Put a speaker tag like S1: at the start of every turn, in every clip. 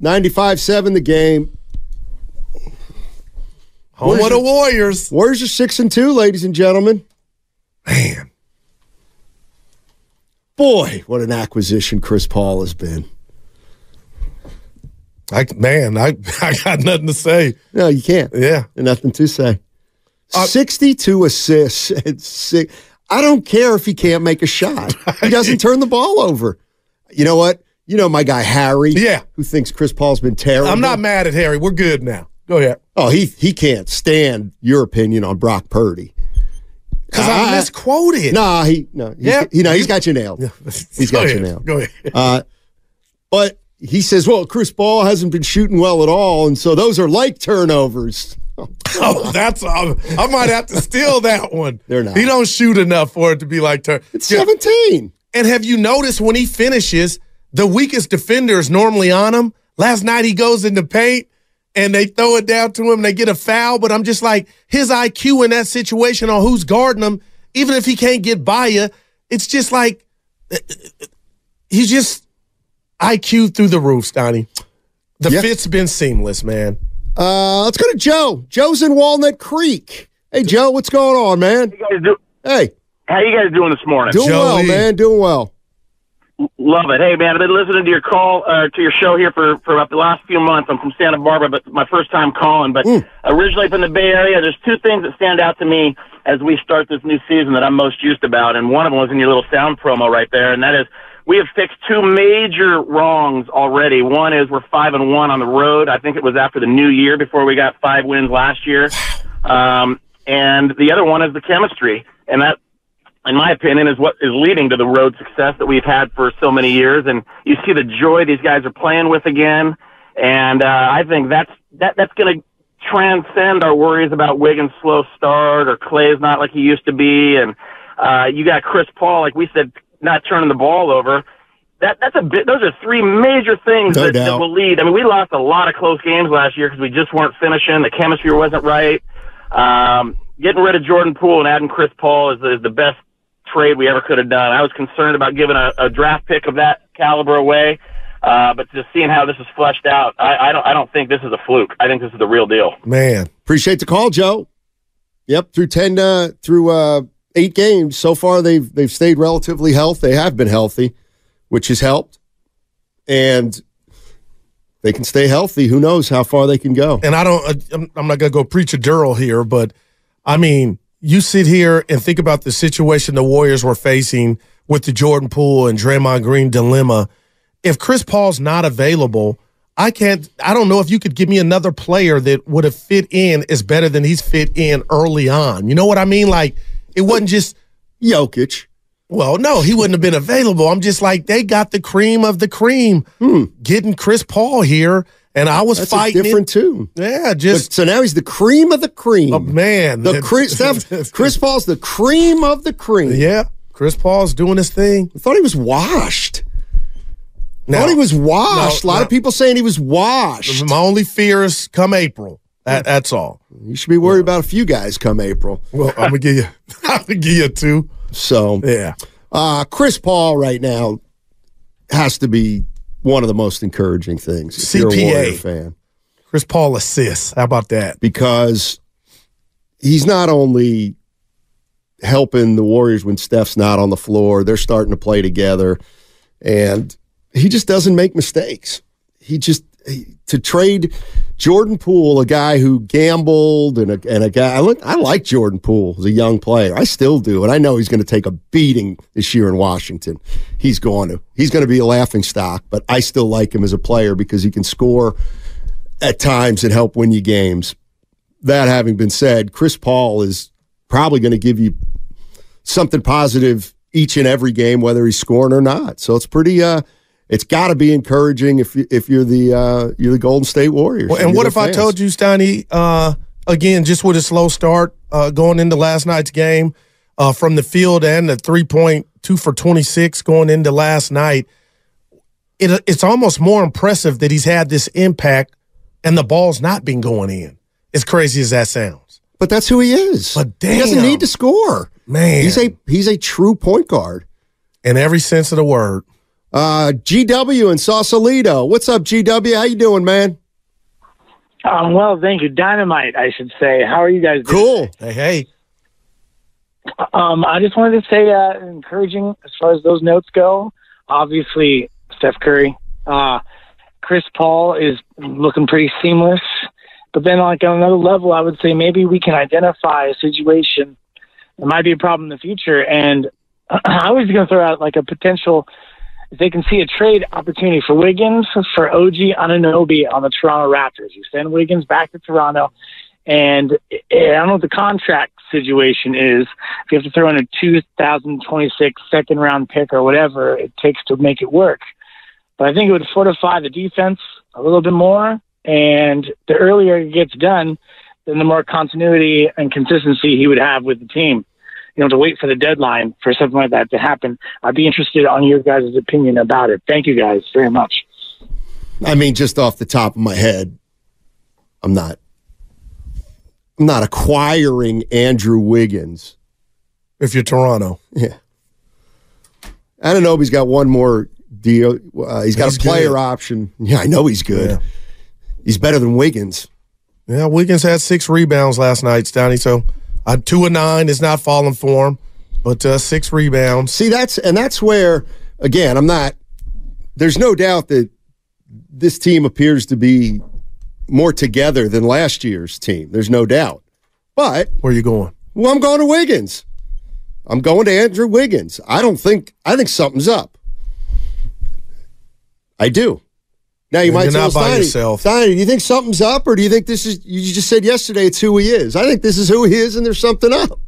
S1: 95 7 the game.
S2: Home of the Warriors.
S1: Where's your 6 and 2, ladies and gentlemen?
S2: Man.
S1: Boy, what an acquisition Chris Paul has been.
S2: I, man, I, I got nothing to say.
S1: No, you can't.
S2: Yeah.
S1: Nothing to say.
S2: Uh,
S1: 62 assists and six. I don't care if he can't make a shot. He doesn't turn the ball over. You know what? You know my guy Harry.
S2: Yeah.
S1: Who thinks Chris Paul's been terrible.
S2: I'm not mad at Harry. We're good now. Go ahead.
S1: Oh, he he can't stand your opinion on Brock Purdy.
S2: Because I,
S1: I-
S2: misquoted.
S1: Nah, he no. He's,
S2: Yeah.
S1: He, no, he's got you nailed. He's
S2: Go
S1: got
S2: ahead.
S1: you nailed.
S2: Go ahead.
S1: Uh, but he says, well, Chris Paul hasn't been shooting well at all, and so those are like turnovers.
S2: Oh, that's um, I might have to steal that one.
S1: They're not.
S2: He don't shoot enough for it to be like turn.
S1: It's 17.
S2: And have you noticed when he finishes, the weakest defender is normally on him. Last night he goes in the paint and they throw it down to him and they get a foul. But I'm just like his IQ in that situation on who's guarding him, even if he can't get by you, it's just like he just IQ through the roof, Stoney. The
S1: Yeah.
S2: fit's been seamless, man.
S1: Uh, let's go to Joe. Joe's in Walnut Creek. Hey, Joe, what's going on, man?
S3: guys do-
S1: Hey,
S3: How you guys doing this morning?
S1: doing well,
S2: Joey.
S1: man. Doing well.
S3: Love it. Hey man, I've been listening to your call uh, to your show here for for about the last few months. I'm from Santa Barbara, but my first time calling. But originally from the Bay Area, there's two things that stand out to me as we start this new season that I'm most used about, and one of them was in your little sound promo right there, and that is we have fixed two major wrongs already. One is we're five and one on the road. I think it was after the new year before we got five wins last year. Um, and the other one is the chemistry, and that in my opinion, is what is leading to the road success that we've had for so many years. And you see the joy these guys are playing with again. And uh, I think that's that that's going to transcend our worries about Wiggins' slow start or Clay's not like he used to be. And uh, you got Chris Paul, like we said, not turning the ball over. That that's a bit. Those are three major things
S1: No
S3: that,
S1: doubt.
S3: that will lead. I mean, we lost a lot of close games last year because we just weren't finishing. The chemistry wasn't right. Um, getting rid of Jordan Poole and adding Chris Paul is, is the best trade we ever could have done. I was concerned about giving a, a draft pick of that caliber away, uh, but just seeing how this is fleshed out, I, I don't. I don't think this is a fluke. I think this is the real deal.
S2: Man.
S1: Appreciate the call, Joe. Yep, through ten, uh, through uh, eight games so far, they've they've stayed relatively healthy. They have been healthy, which has helped, and they can stay healthy. Who knows how far they can go?
S2: and I don't. uh, I'm, I'm not gonna go preach a dural here, but I mean, you sit here and think about the situation the Warriors were facing with the Jordan Poole and Draymond Green dilemma. If Chris Paul's not available, I can't. I don't know if you could give me another player that would have fit in is better than he's fit in early on. You know what I mean? Like it wasn't just.
S1: Jokic,
S2: Well, no, he wouldn't have been available. I'm just like they got the cream of the cream, getting Chris Paul here, and I was
S1: Hmm. that's
S2: fighting.
S1: a
S2: it.
S1: different tune.
S2: Yeah, just
S1: so now he's the cream of the cream.
S2: Oh, man,
S1: The cre- Steph, Chris Paul's the cream of the cream.
S2: Yeah, Chris Paul's doing his thing.
S1: I thought he was washed. I
S2: Now,
S1: thought he was washed.
S2: No,
S1: a lot
S2: no.
S1: of people saying he was washed.
S2: my only fear is come April. That, that's all.
S1: You should be worried about a few guys come April.
S2: Well, I'm gonna give you. I'm gonna give you two.
S1: So
S2: Yeah,
S1: uh, Chris Paul right now has to be one of the most encouraging things if you're a
S2: CPA.
S1: Warrior fan
S2: Chris Paul assists. How about that?
S1: because he's not only helping the Warriors when Steph's not on the floor, they're starting to play together. And he just doesn't make mistakes. He just, he- to trade Jordan Poole, a guy who gambled and a, and a guy, I, look, I like Jordan Poole as a young player. I still do. And I know he's going to take a beating this year in Washington. He's going to, he's going to be a laughing stock, but I still like him as a player because he can score at times and help win you games. That having been said, Chris Paul is probably going to give you something positive each and every game, whether he's scoring or not. So it's pretty. Uh, it's got to be encouraging if you, if you're the uh, you're the Golden State Warriors.
S2: Well, and what if I told you, Steiny, uh, again, just with a slow start uh, going into last night's game uh, from the field and the three point two for 26 going into last night, it, it's almost more impressive that he's had this impact and the ball's not been going in, as crazy as that sounds.
S1: But that's who he is.
S2: But
S1: he doesn't
S2: damn.
S1: need to score.
S2: Man.
S1: he's a he's a true point guard.
S2: In every sense of the word.
S1: Uh, GW and Sausalito. What's up, GW? How you doing, man?
S3: Um, well, thank you. Dynamite, I should say. How are you guys doing?
S1: Cool.
S2: Hey, hey.
S3: Um, I just wanted to say uh, encouraging as far as those notes go. Obviously, Steph Curry. Uh, Chris Paul is looking pretty seamless. But then, like on another level, I would say maybe we can identify a situation that might be a problem in the future. And I was going to throw out like a potential if they can see a trade opportunity for Wiggins for OG Ananobi on the Toronto Raptors. You send Wiggins back to Toronto, and I I don't know what the contract situation is. If you have to throw in a 2026 second round pick or whatever it takes to make it work, but I think it would fortify the defense a little bit more. And the earlier it gets done, then the more continuity and consistency he would have with the team you know, to wait for the deadline for something like that to happen. I'd be interested on your guys' opinion about it. Thank you guys very much.
S1: I mean, just off the top of my head, I'm not I'm not acquiring Andrew Wiggins.
S2: If you're Toronto,
S1: Yeah. I don't know if he's got one more deal. Uh, he's got
S2: He's
S1: a player
S2: good.
S1: option. Yeah, I know he's good.
S2: Yeah.
S1: He's better than Wiggins.
S2: Yeah, Wiggins had six rebounds last night, Stoney. So uh, two and nine is not falling for him, but uh, six rebounds.
S1: See, that's and that's where again, I'm not there's no doubt that this team appears to be more together than last year's team. There's no doubt. But
S2: Where you going?
S1: Well, I'm going to Wiggins. I'm going to Andrew Wiggins. I don't think I think something's up. I do. Now you
S2: You're
S1: might tell
S2: not by
S1: Steiny,
S2: yourself.
S1: Steiny, do you think something's up, or do you think this is? You just said yesterday it's who he is. I think this is who he is, and there's something up.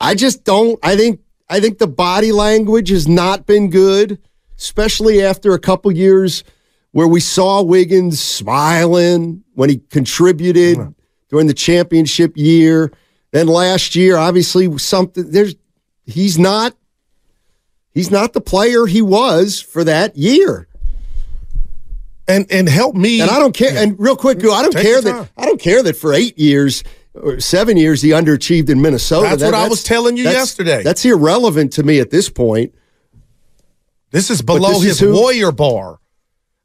S1: I just don't. I think I think the body language has not been good, especially after a couple years where we saw Wiggins smiling when he contributed during the championship year. Then last year, obviously something there's he's not he's not the player he was for that year.
S2: And and help me.
S1: And I don't care. And real quick, Goo, I don't
S2: Take
S1: care
S2: your
S1: that
S2: time.
S1: I don't care that for eight years or seven years he underachieved in Minnesota.
S2: That's what I was telling you
S1: that's-
S2: yesterday.
S1: That's irrelevant to me at this point.
S2: This is below
S1: this is
S2: his
S1: who- Mm-hmm.
S2: warrior bar.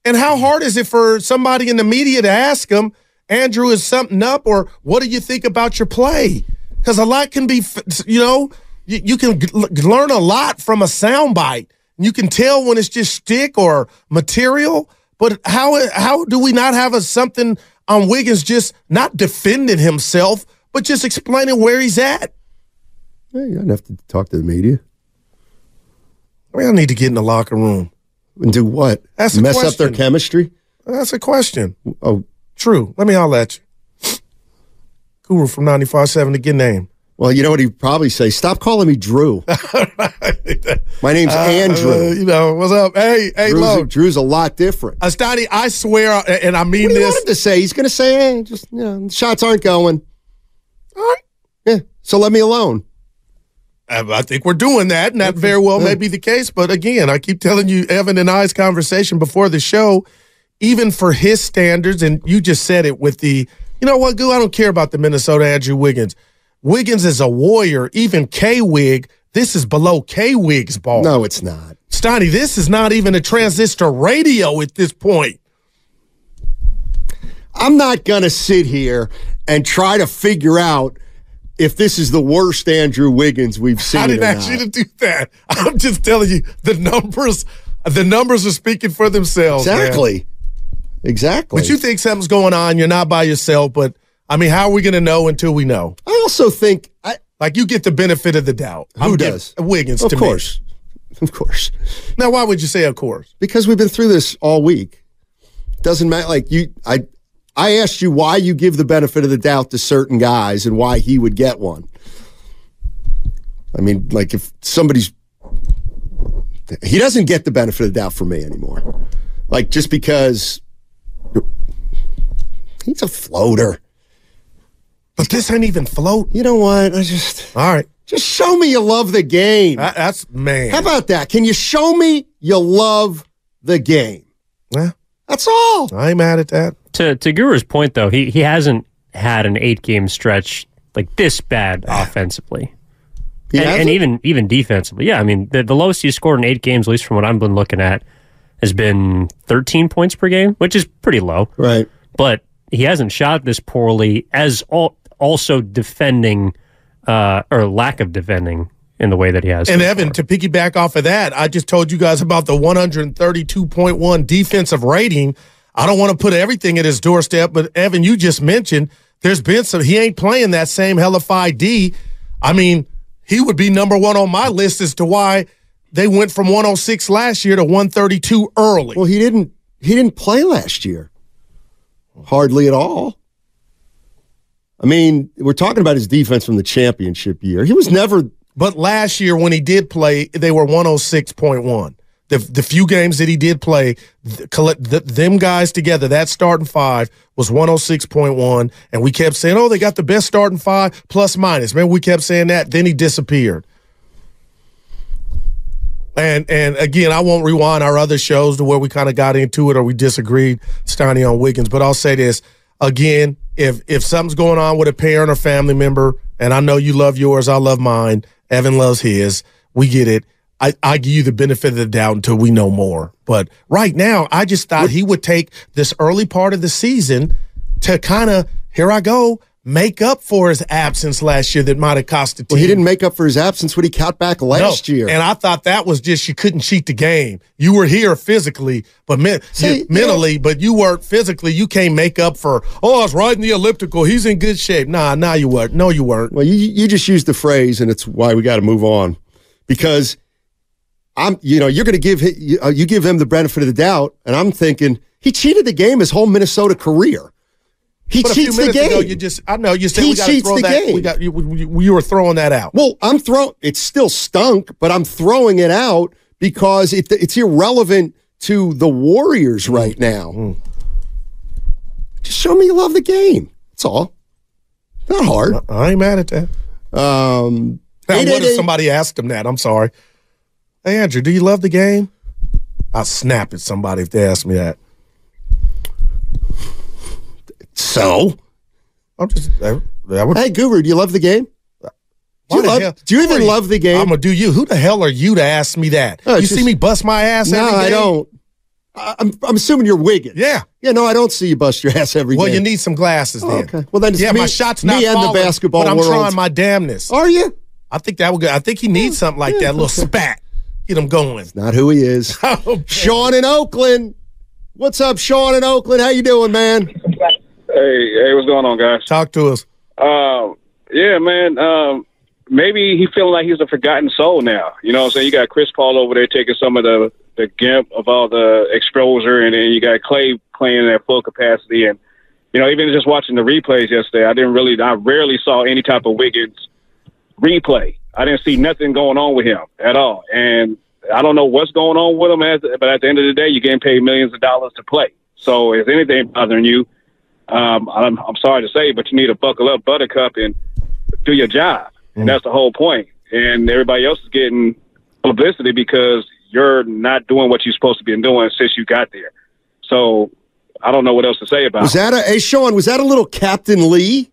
S2: And how hard is it for somebody in the media to ask him, Andrew, is something up, or what do you think about your play? Because a lot can be, f- you know, you, you can g- l- learn a lot from a soundbite. You can tell when it's just stick or material. But how how do we not have a something on Wiggins just not defending himself, but just explaining where he's at?
S1: Hey, I don't have to talk to the media
S2: We don't need to get in the locker room.
S1: and do what?
S2: That's the
S1: mess up their
S2: question.
S1: chemistry.
S2: That's a question.
S1: Oh,
S2: True. Let me holler at you. Guru from 95.7 to get name.
S1: well, you know what he'd probably say? Stop calling me Drew. My name's
S2: Uh,
S1: Andrew.
S2: you know, what's up? Hey, hey,
S1: Drew's,
S2: look.
S1: Drew's a lot different.
S2: Astani, I swear, a- and I mean
S1: What do you want
S2: this.
S1: him to say? He's going to say, "Hey, just you know, shots aren't going."
S2: All right.
S1: Yeah, so let me alone.
S2: I I think we're doing that, and that very well may be the case. But again, I keep telling you, Evan and I's conversation before the show, even for his standards, and you just said it with the, you know what, Goo, I don't care about the Minnesota Andrew Wiggins. Wiggins is a warrior. Even K Wig, this is below K Wig's ball.
S1: No, it's not.
S2: Stoney, this is not even a transistor radio at this point.
S1: I'm not going to sit here and try to figure out if this is the worst Andrew Wiggins we've seen.
S2: I didn't
S1: or
S2: ask
S1: not.
S2: you to do that. I'm just telling you the numbers. The numbers are speaking for themselves. man.
S1: Exactly. Exactly.
S2: But you think something's going on. You're not by yourself. But I mean, how are we going to know until we know?
S1: I also think I
S2: Like you get the benefit of the doubt.
S1: who
S2: I'm giving-
S1: does
S2: Wiggins?
S1: Of
S2: to me.
S1: course. Of course.
S2: Now, why would you say of course?
S1: Because we've been through this all week. Doesn't matter like you I I asked you why you give the benefit of the doubt to certain guys and why he would get one. I mean, like if somebody's he doesn't get the benefit of the doubt from me anymore. Like just because he's a floater.
S2: But this ain't even float.
S1: You know what? I just
S2: All right,
S1: just show me you love the game.
S2: That- that's man.
S1: How about that? Can you show me you love the game?
S2: Yeah,
S1: That's all.
S2: I ain't mad at that.
S4: To to Guru's point though, he he hasn't had an eight game stretch like this bad offensively.
S1: He
S4: and,
S1: hasn't?
S4: and even even defensively. Yeah, I mean the, the lowest he's scored in eight games, at least from what I've been looking at, has been 13 points per game, which is pretty low.
S1: right.
S4: But he hasn't shot this poorly as all, also defending uh, or lack of defending in the way that he has.
S2: And
S4: so
S2: Evan,
S4: far.
S2: to piggyback off of that, I just told you guys about the 132.1 defensive rating. I don't want to put everything at his doorstep, but Evan, you just mentioned there's been some. He ain't playing that same hellified D. I mean, he would be number one on my list as to why they went from 106 last year to 132 early.
S1: Well, he didn't. He didn't play last year. Hardly at all. I mean, we're talking about his defense from the championship year. He was never.
S2: But last year, when he did play, they were 106.1. The, the few games that he did play, th- collect, th- them guys together, that starting five was 106.1. And we kept saying, oh, they got the best starting five plus minus. Man, we kept saying that. Then he disappeared. And and again, I won't rewind our other shows to where we kind of got into it or we disagreed, Steiny on Wiggins. But I'll say this again: if if something's going on with a parent or family member, and I know you love yours, I love mine. Evan loves his. We get it. I, I give you the benefit of the doubt until we know more. But right now, I just thought he would take this early part of the season to kind of here I go make up for his absence last year that might have cost the team.
S1: Well, he didn't make up for his absence when he caught back last
S2: No.
S1: year.
S2: And I thought that was just you couldn't cheat the game. You were here physically, but men-
S1: See,
S2: you-
S1: you know-
S2: mentally, but you weren't physically. You can't make up for. Oh, I was riding the elliptical. He's in good shape. Nah, nah, you weren't. No, you weren't.
S1: well, you you just used the phrase, and it's why we got to move on, because I'm you know you're going to give hi- you, uh, you give him the benefit of the doubt, and I'm thinking he cheated the game his whole Minnesota career. He
S2: But a few
S1: cheats the
S2: minutes
S1: game.
S2: ago, you just. I know you said
S1: He
S2: we got to
S1: cheats
S2: throw
S1: the
S2: that.
S1: game.
S2: We got you, you, you were throwing that out.
S1: Well, I'm throwing it still stunk, but I'm throwing it out because it, it's irrelevant to the Warriors right now.
S2: Mm-hmm.
S1: Just show me you love the game. That's all. Not hard.
S2: I ain't mad at that.
S1: Um,
S2: Now, what
S1: 888
S2: if somebody asked him that? I'm sorry. Hey, Andrew, do you love the game? I'll snap at somebody if they ask me that.
S1: so,
S2: I'm just. I, I would
S1: hey, Guru, do you love the game? Do
S2: Why
S1: you,
S2: the
S1: love,
S2: hell-
S1: do you
S2: who are
S1: even love the
S2: I'm
S1: game?
S2: gonna do you. Who the hell are you to ask me that?
S1: Oh,
S2: you
S1: it's
S2: see
S1: just-
S2: me bust my ass?
S1: no,
S2: every
S1: I
S2: game?
S1: don't. I- I'm, I'm assuming you're Wiggins.
S2: Yeah.
S1: Yeah, no, I don't see you bust your ass every
S2: Well,
S1: game.
S2: you need some glasses then.
S1: Oh, Okay. Well, then it's
S2: yeah, my
S1: me-
S2: shot's
S1: me and
S2: not
S1: the
S2: falling,
S1: basketball
S2: But I'm
S1: world. Oh.
S2: trying my damnness.
S1: Are you?
S2: I think that would. Go, I think he needs something like that. A little spat. Get him going. Oh,
S1: Not who he is. Sean in Oakland. What's up, Sean in Oakland? How you doing, man?
S3: Hey, hey, what's going on, guys?
S2: Talk to us.
S3: Um, yeah, man. Um, maybe he feeling like he's a forgotten soul now. You know what I'm saying? You got Chris Paul over there taking some of the the gimp of all the exposure, and then you got Clay playing at full capacity. And you know, even just watching the replays yesterday, I didn't really, I rarely saw any type of Wiggins replay. I didn't see nothing going on with him at all, and I don't know what's going on with him. As, but at the end of the day, you're getting paid millions of dollars to play. So if anything bothering you, um, I'm, I'm sorry to say, but you need to buckle up, Buttercup, and do your job. And that's the whole point. And everybody else is getting publicity because you're not doing what you're supposed to be doing since you got there. So I don't know what else to say about
S1: Was
S3: it.
S1: that a hey Sean, was that a little Captain Lee?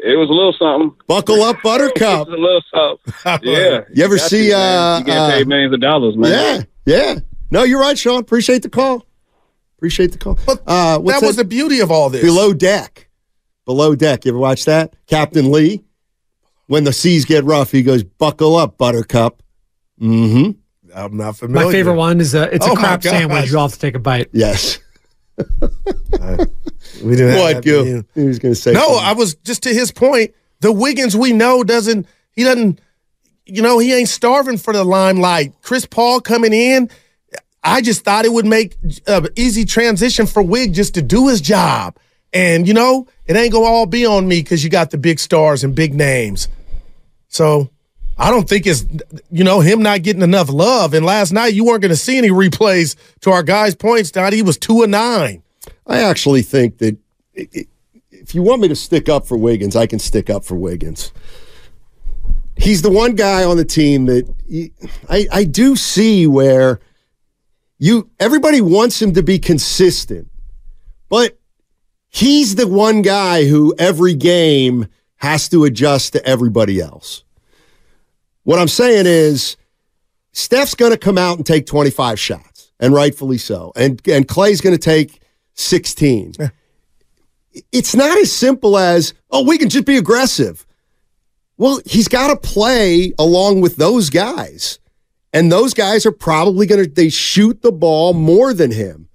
S3: It was a little something.
S1: Buckle up
S3: It
S1: buttercup.
S3: was a little something. yeah.
S1: You ever
S3: got
S1: see,
S3: to, man.
S1: uh,
S3: you getting
S1: uh,
S3: paid millions of dollars, man?
S1: Yeah, yeah. No, you're right, Sean. Appreciate the call. Appreciate the call.
S2: But
S1: uh what's
S2: that was the beauty of all this.
S1: below deck. Below Deck. You ever watch that? Captain Lee, when the seas get rough, he goes, "Buckle up, Buttercup." Mm-hmm.
S2: I'm not familiar.
S5: My favorite one is a, it's
S1: Oh
S5: a
S1: my
S5: crab
S1: gosh.
S5: sandwich. You all have to take a bite.
S1: Yes.
S2: We didn't have
S1: What
S2: that
S1: you?
S2: menu.
S1: He was going to say
S2: No,
S1: something.
S2: I was just to his point. The Wiggins we know doesn't. He doesn't. You know, he ain't starving for the limelight. Chris Paul coming in. I just thought it would make an easy transition for Wig just to do his job. And you know, it ain't gonna all be on me because you got the big stars and big names. So I don't think it's you know him not getting enough love. And last night you weren't gonna see any replays to our guys' points. Down he was two of nine.
S1: I actually think that i- i- if you want me to stick up for Wiggins, I can stick up for Wiggins. He's the one guy on the team that y- I, I do see where you everybody wants him to be consistent, but he's the one guy who every game has to adjust to everybody else. What I'm saying is Steph's going to come out and take 25 shots, and rightfully so. And and Clay's going to take 16. It's not as simple as, "Oh, we can just be aggressive." Well, he's got to play along with those guys. And those guys are probably going to they shoot the ball more than him.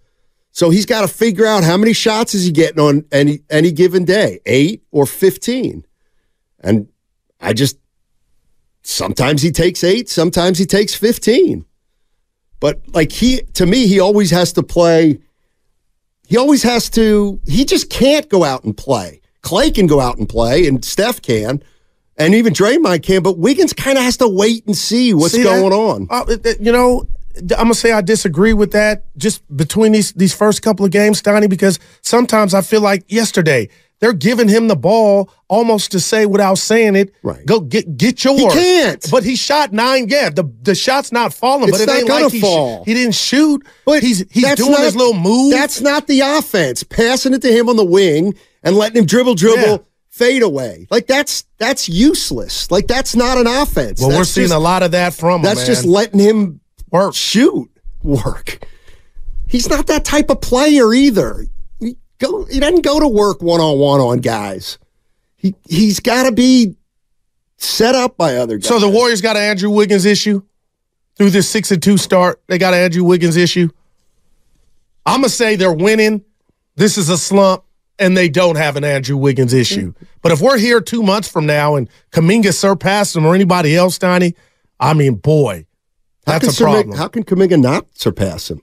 S1: So he's got to figure out how many shots is he getting on any any given day, 8 or 15. And I just sometimes he takes eight, sometimes he takes 15. But like he, to me, he always has to play. He always has to, he just can't go out and play. Clay can go out and play, and Steph can, and even Draymond can, but Wiggins kind of has to wait and see what's
S2: See that?
S1: going on.
S2: Uh, it- it- you know, d- I'm gonna say I disagree with that. Just between these these first couple of games, Donnie, because sometimes I feel like yesterday they're giving him the ball almost to say without saying it. Right. Go get get yours.
S1: can't.
S2: But he shot nine. Yeah, the the shot's not falling.
S1: It's
S2: but it
S1: not
S2: ain't
S1: gonna
S2: like he sh-
S1: fall.
S2: he didn't shoot. But he's he's
S1: That's
S2: doing
S1: not-
S2: his little move.
S1: That's not the offense. Passing it to him on the wing and letting him dribble, dribble,
S2: Yeah.
S1: fade away. Like that's that's useless. Like that's not an offense.
S2: well, we're
S1: That's
S2: seeing
S1: just-
S2: a lot of that from him.
S1: That's just
S2: man.
S1: letting him
S2: work.
S1: shoot work. He's not that type of player either. He, go, he doesn't go to work one on one on guys. He he's got to be set up by other guys.
S2: So the Warriors got an Andrew Wiggins issue through this six and two start. They got an Andrew Wiggins issue. I'm gonna say they're winning. This is a slump, and they don't have an Andrew Wiggins issue.
S6: Mm.
S2: But if we're here two months from now and Kaminga surpassed him or anybody else, Donnie, I mean, boy,
S1: how
S2: that's
S1: can
S2: a
S1: Sir Mig-
S2: problem.
S1: how can Kaminga not surpass him?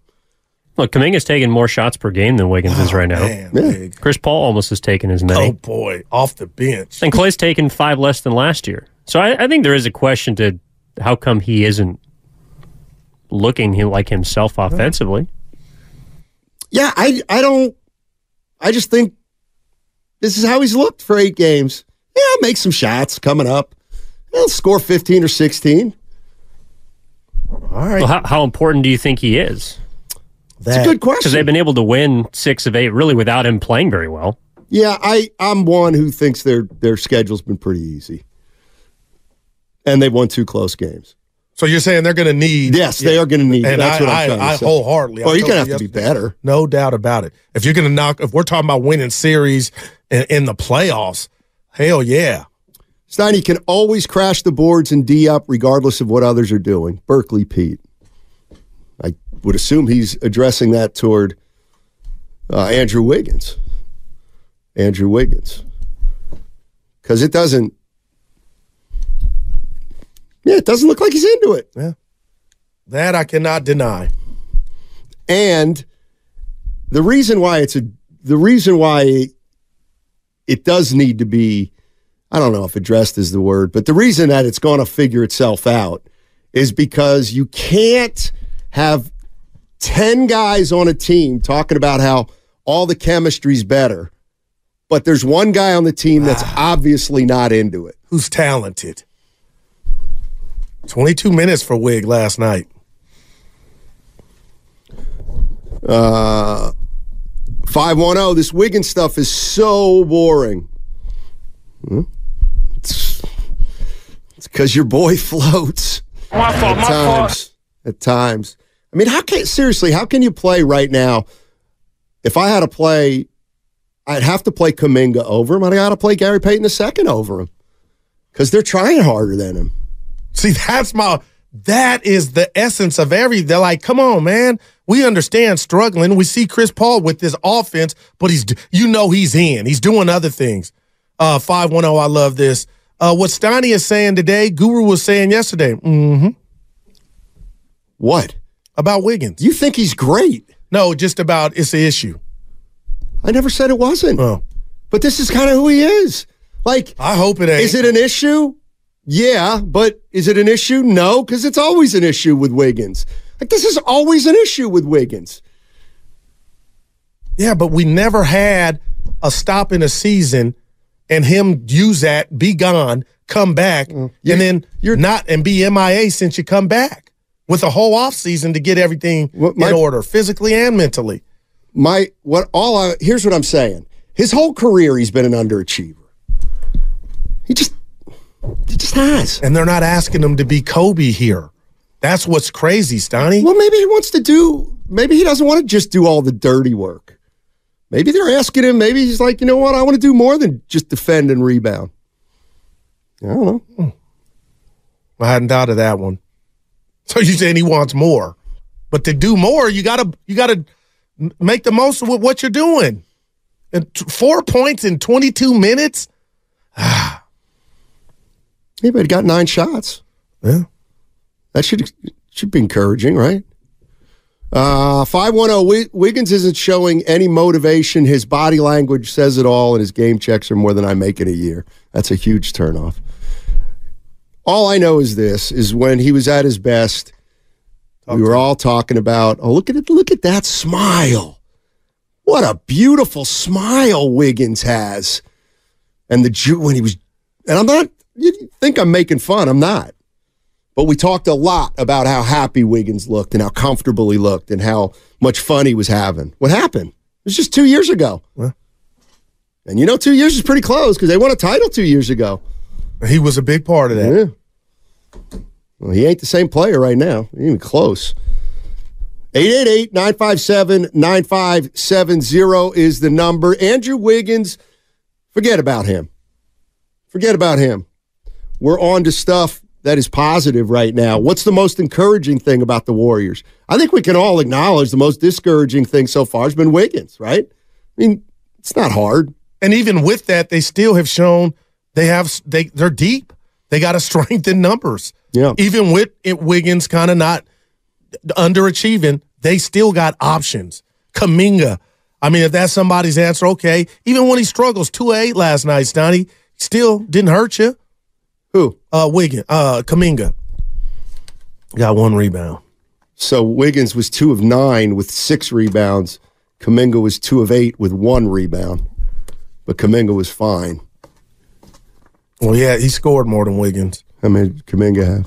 S6: Look, Kaminga's taking more shots per game than Wiggins is right now.
S2: Man, big.
S6: Chris Paul almost has taken as many.
S2: oh boy, off the bench.
S6: And Clay's taken five less than last year. So I, I think there is a question to how come he isn't looking hi- like himself offensively.
S1: Yeah, I I don't. I just think this is how he's looked for eight games. Yeah, I'll make some shots coming up. He'll score fifteen or sixteen.
S2: All right,
S6: Well, how, how important do you think he is?
S1: It's a
S2: That-
S1: good
S6: Because
S1: question.
S6: they've been able to win six of eight really without him playing very well.
S1: Yeah, I I'm one who thinks their their schedule's been pretty easy, and they won two close games.
S2: so you're saying they're gonna need?
S1: Yes, they are going to need.
S2: And
S1: that's
S2: I,
S1: what I'm
S2: I,
S1: trying to
S2: I
S1: say.
S2: wholeheartedly. I
S1: Well, you're
S2: told
S1: going to
S2: you
S1: have to be
S2: yesterday.
S1: better.
S2: No doubt about it. If you're going to knock, if we're talking about winning series in, in the playoffs, hell yeah.
S1: Steiny can always crash the boards and D up, regardless of what others are doing. Berkeley Pete. I would assume he's addressing that toward uh, Andrew Wiggins. Andrew Wiggins. Because it doesn't. Yeah, it doesn't look like he's into it.
S2: That I cannot deny.
S1: And the reason why it's a the reason why it does need to be I don't know if addressed is the word, but the reason that it's going to figure itself out is because you can't have 10 guys on a team talking about how all the chemistry's better, but there's one guy on the team that's obviously not into it.
S2: Who's talented? 22 minutes for Wig last night.
S1: Uh, 510, oh, this Wiggins stuff is so boring. Hmm? It's because your boy floats.
S3: My fault,
S1: At times. At times. I mean, how can seriously, how can you play right now? If I had to play I'd have to play Kaminga over him. and I got to play Gary Payton the second over him because they're trying harder than him.
S2: See, that's my that is the essence of every. They're like, come on, man. We understand struggling. We see Chris Paul with this offense, but he's you know he's in. He's doing other things. Uh, five one zero. I love this. Uh, what Steiny is saying today, Guru was saying yesterday. Mm-hmm.
S1: What
S2: about Wiggins?
S1: You think he's great?
S2: No, just about it's an issue.
S1: I never said it wasn't. Oh. But this is kind of who he is. Like
S2: I hope it ain't.
S1: Is it an issue? Yeah, but is it an issue? No, because it's always an issue with Wiggins. Like this is always an issue with Wiggins.
S2: Yeah, but we never had a stop in a season and him use that, be gone, come back, and then Mm, you're not and be MIA since you come back with a whole offseason to get everything in order, physically and mentally.
S1: My what all I here's what I'm saying. His whole career he's been an underachiever. He just he just has.
S2: And they're not asking him to be Kobe here. That's what's crazy, Stoney.
S1: Well, maybe he wants to do maybe he doesn't want to just do all the dirty work. Maybe they're asking him, maybe he's like, you know what, I want to do more than just defend and rebound. I don't know.
S2: I hadn't thought of that one. So you're saying he wants more. But to do more, you gotta you gotta m- make the most of what- what you're doing. And t- four points in 22 minutes.
S1: He but he got nine shots.
S2: Yeah.
S1: That should should be encouraging, right? Uh, 510 Wi- Wiggins isn't showing any motivation. His body language says it all, and his game checks are more than I make in a year. That's a huge turnoff. All I know is this is when he was at his best, we were all talking about, oh, look at it, look at that smile. What a beautiful smile Wiggins has. And the Jew when he was and I'm not you think I'm making fun. I'm not. But we talked a lot about how happy Wiggins looked and how comfortable he looked and how much fun he was having. What happened? It was just two years ago.
S2: Well.
S1: And you know, two years is pretty close because they won a title two years ago.
S2: He was a big part of that.
S1: Well, he ain't the same player right now. He ain't even close. 888 957 9570 is the number. Andrew Wiggins, forget about him. Forget about him. We're on to stuff that is positive right now. What's the most encouraging thing about the Warriors? I think we can all acknowledge the most discouraging thing so far has been Wiggins, right? I mean, it's not hard.
S2: And even with that, they still have shown they have they they're deep. They got to strengthen numbers.
S1: Yeah.
S2: Even with it, Wiggins kind of not underachieving, they still got options. Kaminga. I mean, if that's somebody's answer, okay. Even when he struggles, two eight last night, Stoney still didn't hurt you.
S1: Who?
S2: Uh, Wiggins. Uh, Kaminga got one rebound.
S1: So Wiggins was two of nine with six rebounds. Kaminga was two of eight with one rebound, but Kaminga was fine.
S2: Well, yeah, he scored more than Wiggins.
S1: How many did Kaminga have?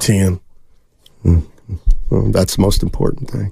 S1: Hmm.
S2: Ten.
S1: Well, that's the most important thing.